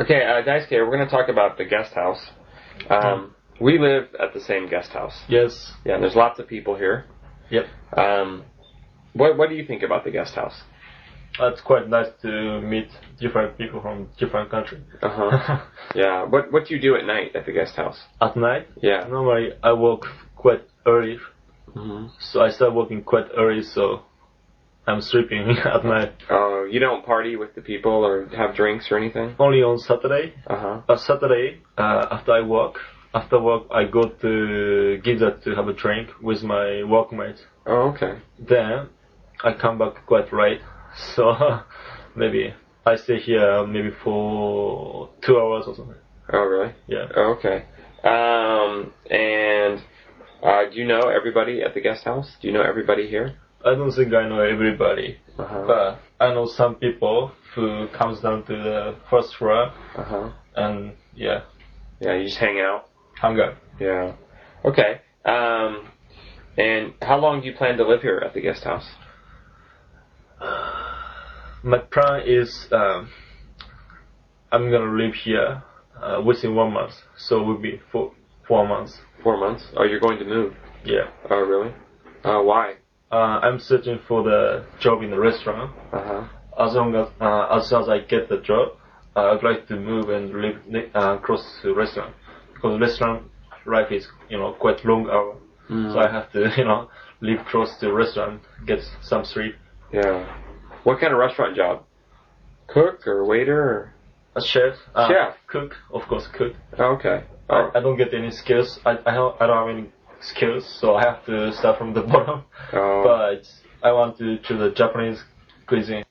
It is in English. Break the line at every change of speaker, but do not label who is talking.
Okay, uh, Dice Care, we're going to talk about the guest house. Um, we live at the same guest house.
Yes.
Yeah, and there's lots of people here.
Yep.
Um, what what do you think about the guest house?
It's quite nice to meet different people from different country.
Uh huh. yeah. What what do you do at night at the guest house?
At night,
Yeah.
normally I work quite early,
Mm-hmm.
so I start working quite early, so I'm sleeping at night.
Uh, you don't party with the people or have drinks or anything.
Only on Saturday.
Uh huh.
On Saturday, uh, after I work, after work I go to Giza to have a drink with my workmate.
Oh, okay.
Then I come back quite late, so maybe I stay here maybe for two hours or something.
Oh, really?
Yeah.
Oh, okay. Um, and uh, do you know everybody at the guest house? Do you know everybody here?
I don't think I know everybody,
Uh huh.
but I know some people who comes down to the first floor
Uh huh.
and yeah,
Yeah. You just hang out.
hang out.
Yeah. Okay. Um, and how long do you plan to live here at the guest house?
My plan is um, I'm gonna live here uh, within one month, so it will be for four months.
Four months. Oh, you're going to move.
Yeah.
Oh, really? Uh, why?
Uh, I'm searching for the job in the restaurant.
Uh huh.
As long as uh, as soon as I get the job, uh, I'd like to move and live ne- uh, close to restaurant because restaurant life is you know quite long hour. So I have to, you know, live close to restaurant, get some sleep.
Yeah. What kind of restaurant job? Cook or waiter? Or...
A chef, uh,
Chef.
cook, of course, cook.
Oh, okay. Oh,
I, I don't get any skills. I I don't, I don't have any skills, so I have to start from the bottom.
oh,
But I want to choose the Japanese cuisine.